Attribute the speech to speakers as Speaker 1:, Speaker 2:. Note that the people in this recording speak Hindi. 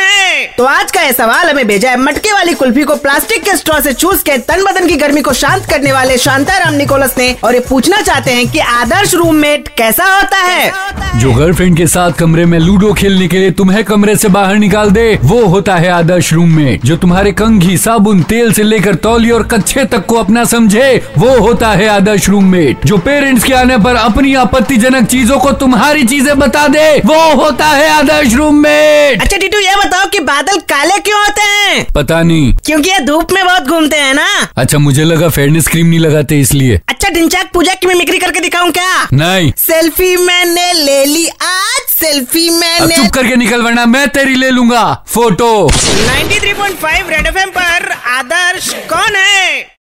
Speaker 1: है
Speaker 2: तो आज का ये सवाल हमें भेजा है मटके वाली कुल्फी को प्लास्टिक के स्ट्रॉ से चूस के तन बदन की गर्मी को शांत करने वाले शांताराम निकोलस ने और ये पूछना चाहते हैं कि आदर्श रूममेट कैसा होता है
Speaker 3: जो गर्लफ्रेंड के साथ कमरे में लूडो खेलने के लिए तुम्हें कमरे से बाहर निकाल दे वो होता है आदर्श रूम में जो तुम्हारे कंघी साबुन तेल से लेकर तौली और कच्छे तक को अपना समझे वो होता है आदर्श रूममेट जो पेरेंट्स के आने पर अपनी आपत्तिजनक चीजों को तुम्हारी चीजें बता दे वो होता है आदर्श रूममेट
Speaker 2: अच्छा टीटू ये बताओ कि बादल काले क्यों होते हैं
Speaker 3: पता नहीं
Speaker 2: क्योंकि ये धूप में बहुत घूमते हैं ना
Speaker 3: अच्छा मुझे लगा फेयरनेस क्रीम नहीं लगाते इसलिए
Speaker 2: अच्छा ढिंचाक पूजा की मिमिक्री करके दिखाऊं क्या
Speaker 3: नहीं
Speaker 2: सेल्फी मैंने ले ली आज सेल्फी
Speaker 3: अब
Speaker 2: मैंने
Speaker 3: चुप करके निकल वरना मैं तेरी ले लूंगा फोटो
Speaker 1: 93.5 रेड एफएम पर आदर्श कौन है